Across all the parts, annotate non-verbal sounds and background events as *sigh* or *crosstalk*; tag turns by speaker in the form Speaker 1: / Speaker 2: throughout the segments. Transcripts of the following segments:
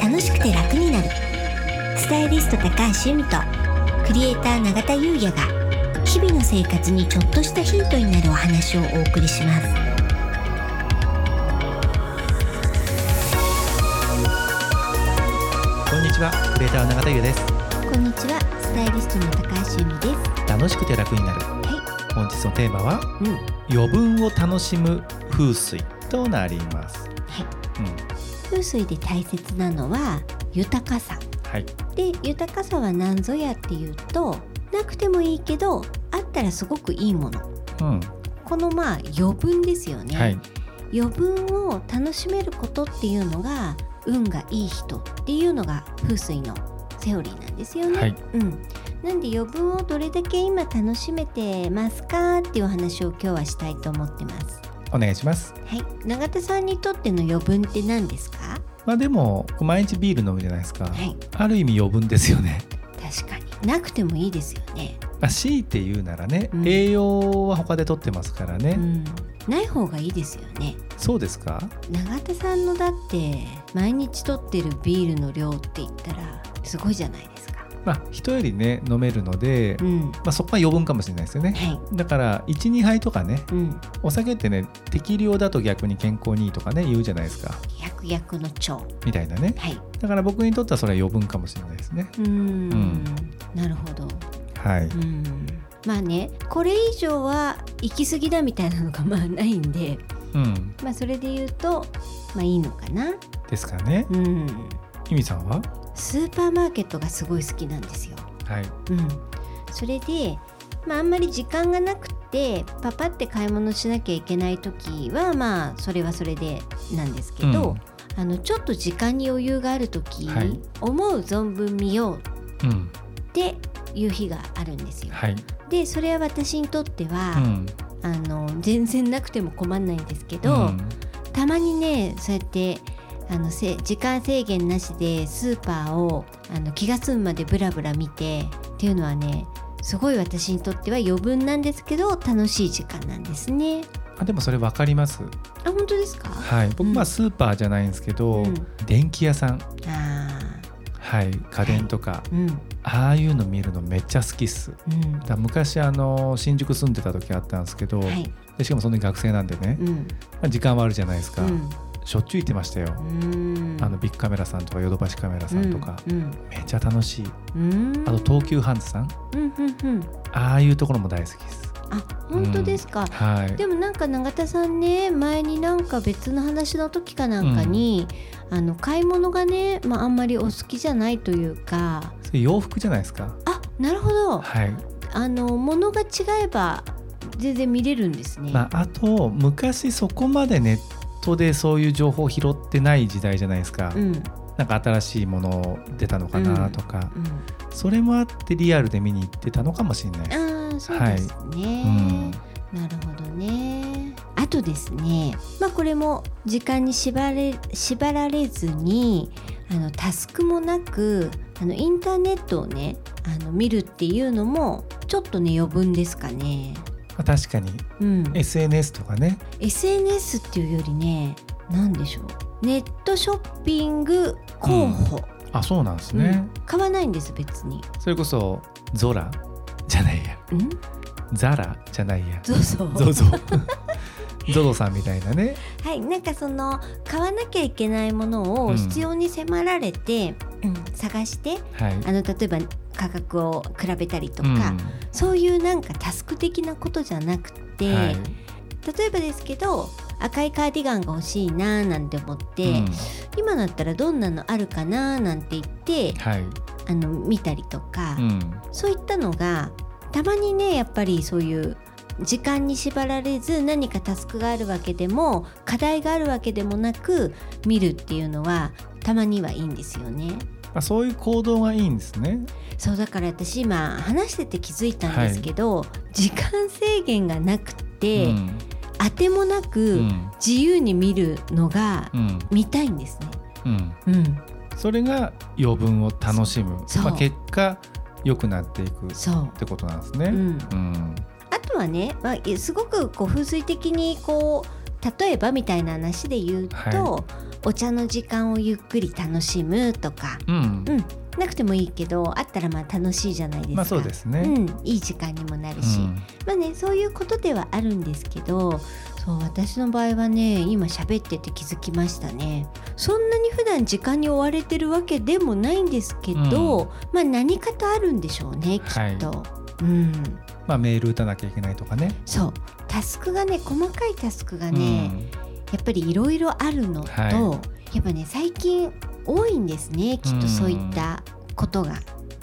Speaker 1: 楽しくて楽になるスタイリスト高橋由美とクリエイター永田優也が日々の生活にちょっとしたヒントになるお話をお送りします
Speaker 2: こんにちは、クリエイターの永田優です。
Speaker 1: こんにちはスタイリストの高橋由美です
Speaker 2: 楽しくて楽になる。本日のテーマは
Speaker 1: うん
Speaker 2: 余分を楽しむ風水となりま
Speaker 1: は
Speaker 2: す。
Speaker 1: い
Speaker 2: うん、
Speaker 1: 風水で大切なのは豊かさ
Speaker 2: はい、
Speaker 1: で豊かさは何ぞやっていうとなくてもいいけどあったらすごくいいもの
Speaker 2: うん、
Speaker 1: このまあ余分ですよね、
Speaker 2: はい、
Speaker 1: 余分を楽しめることっていうのが運がいい人っていうのが風水のセオリーなんですよね。
Speaker 2: はい、
Speaker 1: うん、なんで余分をどれだけ今楽しめてますかっていうお話を今日はしたいと思ってます。
Speaker 2: お願いします。
Speaker 1: はい、永田さんにとっての余分って何ですか？
Speaker 2: まあでも毎日ビール飲むじゃないですか。
Speaker 1: はい、
Speaker 2: ある意味余分ですよね。 *laughs*
Speaker 1: 確かになくてもいいですよね。
Speaker 2: まあ、強いて言うならね、
Speaker 1: うん
Speaker 2: 栄養は他で取ってますからね。
Speaker 1: うん、ない方がいいですよね。
Speaker 2: そうですか？
Speaker 1: 永田さんのだって毎日取ってるビールの量って言ったらすごいじゃないですか。
Speaker 2: まあ人よりね飲めるので、
Speaker 1: うん、
Speaker 2: まあそこが余分かもしれないですよね。
Speaker 1: は
Speaker 2: だから1、2杯とかね、
Speaker 1: い、うん。
Speaker 2: お酒ってね適量だと逆に健康にいいとかね言うじゃないですか
Speaker 1: 百薬の長
Speaker 2: みたいなね
Speaker 1: はい
Speaker 2: だから僕にとってはそれは余分かもしれないですね
Speaker 1: うーん
Speaker 2: うん
Speaker 1: なるほど
Speaker 2: はい、
Speaker 1: うんまあねこれ以上は行き過ぎだみたいなのがまあないんで
Speaker 2: うん、
Speaker 1: まあそれで言うとまあいいのかな
Speaker 2: ですかね
Speaker 1: うん
Speaker 2: ゆみさんは
Speaker 1: スーパーマーケットがすごい好きなんですよ
Speaker 2: はい
Speaker 1: うんそれでまああんまり時間がなくてパパって買い物しなきゃいけない時はまあそれはそれでなんですけど、あのちょっと時間に余裕がある時、
Speaker 2: はい
Speaker 1: 思う存分見よう
Speaker 2: うん、うん、
Speaker 1: っていう日があるんですよ。
Speaker 2: はい、
Speaker 1: でそれは私にとって
Speaker 2: う
Speaker 1: は、
Speaker 2: ん
Speaker 1: あの全然なくても困んないんですけど、
Speaker 2: ん
Speaker 1: たまにねそうやってあのせ時間制限なしでスーパーをあの気が済むまでブラブラ見てっていうのはねすごい私にとっては余分なんですけど楽しい時間なんですね。
Speaker 2: あでもそれ分かります
Speaker 1: あ本当ですか、
Speaker 2: はい僕
Speaker 1: うん
Speaker 2: まあスーパーじゃないんですけど、
Speaker 1: うん
Speaker 2: 電気屋さん
Speaker 1: あ
Speaker 2: はい家電とか、
Speaker 1: ーうん
Speaker 2: ああいうの見るのめっちゃ好きっすだか
Speaker 1: うん
Speaker 2: ら昔あの新宿住んでた時あったんですけど、
Speaker 1: はい
Speaker 2: でしかもそんなに学生なんでね、
Speaker 1: うん
Speaker 2: まあ時間はあるじゃないですか、
Speaker 1: うん
Speaker 2: しょっちゅう行ってましたよ、
Speaker 1: うん
Speaker 2: あのビッグカメラさんとかヨドバシカメラさんとか、
Speaker 1: うん
Speaker 2: めっちゃ楽しい
Speaker 1: うんうん
Speaker 2: あと東急ハンズさん
Speaker 1: うんうんうん
Speaker 2: ああいうところも大好きです
Speaker 1: あ本当ですか、
Speaker 2: はい
Speaker 1: でもなんか永田さんね前になんか別の話の時かなんかに、あの買い物がね、まあ、あんまりお好きじゃないというか
Speaker 2: それ洋服じゃないですか
Speaker 1: あなるほど
Speaker 2: はい、
Speaker 1: あの物が違えば全然見れるんですね。
Speaker 2: まあ、あと昔そこまでネットでそういう情報を拾ってない時代じゃないですか、
Speaker 1: うん
Speaker 2: なんか新しいもの出たのかなとか、
Speaker 1: うん、
Speaker 2: それもあってリアルで見に行ってたのかもしれないで
Speaker 1: あ
Speaker 2: す、
Speaker 1: あそうですね、
Speaker 2: うん
Speaker 1: なるほどね。あとですね、まあこれも時間に縛れ縛られずに、あのタスクもなく、あのインターネットをね、あの見るっていうのもちょっとね余分ですかね。
Speaker 2: まあ、確かに
Speaker 1: うん。
Speaker 2: SNS とかね
Speaker 1: SNS っていうよりね、なんでしょう。ネットショッピング候補。
Speaker 2: あそうなんです
Speaker 1: うん
Speaker 2: ね、
Speaker 1: 買わないんです別に。
Speaker 2: それこそゾラじゃないや
Speaker 1: うん？
Speaker 2: ザラじゃないや
Speaker 1: そう *laughs* そう。
Speaker 2: ゾ *laughs* ゾゾゾさんみたいなね
Speaker 1: はい、なんかその買わなきゃいけないものを
Speaker 2: うん
Speaker 1: 必要に迫られて、うん探して
Speaker 2: はい
Speaker 1: あの例えば価格を比べたりとか、
Speaker 2: うん
Speaker 1: そういうなんかタスク的なことじゃなくて、
Speaker 2: はい
Speaker 1: 例えばですけど赤いカーディガンが欲しいなーなんて思って、
Speaker 2: うん
Speaker 1: 今だったらどんなのあるかなーなんて言って
Speaker 2: はい
Speaker 1: あの見たりとか、
Speaker 2: うん
Speaker 1: そういったのがたまにねやっぱりそういう時間に縛られず何かタスクがあるわけでも課題があるわけでもなく見るっていうのはたまにはいいんですよね。
Speaker 2: まあ、そういう行動がいいんですね
Speaker 1: そうだから私今話してて気づいたんですけど、時間制限がなくて、
Speaker 2: うん
Speaker 1: 当てもな
Speaker 2: う
Speaker 1: く
Speaker 2: ん
Speaker 1: 自由に見るのが
Speaker 2: うん
Speaker 1: 見たいんですね。
Speaker 2: うん
Speaker 1: うん、
Speaker 2: それが余分を楽しむ
Speaker 1: そう
Speaker 2: まあ、結果良くなっていくっ
Speaker 1: そう、
Speaker 2: てことなんですね、
Speaker 1: うん、
Speaker 2: うん
Speaker 1: あとはね、まあ、えすごくこう風水的にこう例えばみたいな話で言うと、
Speaker 2: は
Speaker 1: お茶の時間をゆっくり楽しむとか、
Speaker 2: うん
Speaker 1: うん、なくてもいいけどあったらまあ楽しいじゃないですか。
Speaker 2: まあそうですね、
Speaker 1: うん、いい時間にもなるし、
Speaker 2: うん
Speaker 1: まあねそういうことではあるんですけどそう私の場合はね今喋ってて気づきましたねそんなに普段時間に追われてるわけでもないんですけど、
Speaker 2: うん
Speaker 1: まあ何かとあるんでしょうねき
Speaker 2: はい
Speaker 1: っと、うん
Speaker 2: まあ、メール打たなきゃいけないとかね
Speaker 1: そうタスクがね細かいタスクがね、
Speaker 2: うん
Speaker 1: やっぱりいろいろあるのと、
Speaker 2: はい
Speaker 1: やっぱね最近多いんですねきっとそういったことが、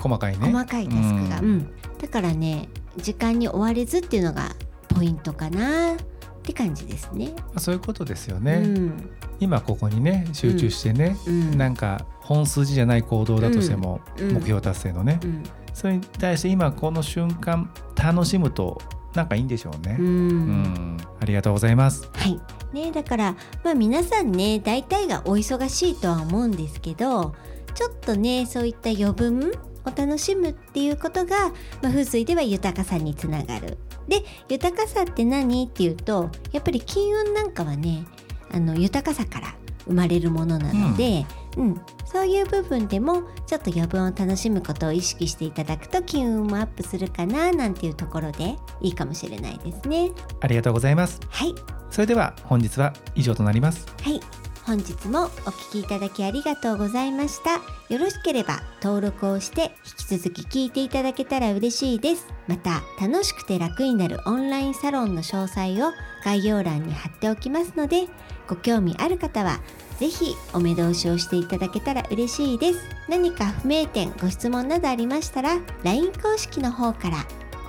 Speaker 2: 細かいね
Speaker 1: 細かいタスクが、
Speaker 2: う
Speaker 1: うんんだからね時間に追われずっていうのがポイントかなって感じですね。
Speaker 2: まあそういうことですよ
Speaker 1: う
Speaker 2: ね、
Speaker 1: ん
Speaker 2: 今ここにね集中してね、
Speaker 1: うん
Speaker 2: なんか本筋じゃない行動だとしても、
Speaker 1: うん
Speaker 2: 目標達成のね、
Speaker 1: うん
Speaker 2: それに対して今この瞬間楽しむとなんかいいんでしょうね
Speaker 1: う、
Speaker 2: うん
Speaker 1: ん
Speaker 2: ありがとうございます
Speaker 1: はいね、だから、まあ、皆さんね大体がお忙しいとは思うんですけどちょっとねそういった余分を楽しむっていうことが、まあ、風水では豊かさにつながる。で豊かさって何っていうとやっぱり金運なんかはねあの豊かさから生まれるものなので、うんそういう部分でもちょっと余分を楽しむことを意識していただくと金運もアップするかななんていうところでいいかもしれないですね。
Speaker 2: ありがとうございます
Speaker 1: はい
Speaker 2: それでは本日は以上となります
Speaker 1: はい、本日もお聞きいただきありがとうございました。よろしければ登録をして引き続き聞いていただけたら嬉しいです。また、楽しくて楽になるオンラインサロンの詳細を概要欄に貼っておきますので、ご興味ある方はぜひお目通しをしていただけたら嬉しいです。何か不明点、ご質問などありましたら、LINE 公式の方から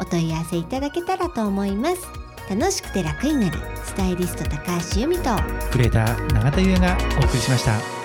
Speaker 1: お問い合わせいただけたらと思います。楽しくて楽になるスタイリスト高橋由美と
Speaker 2: クレーター永田優也がお送りしました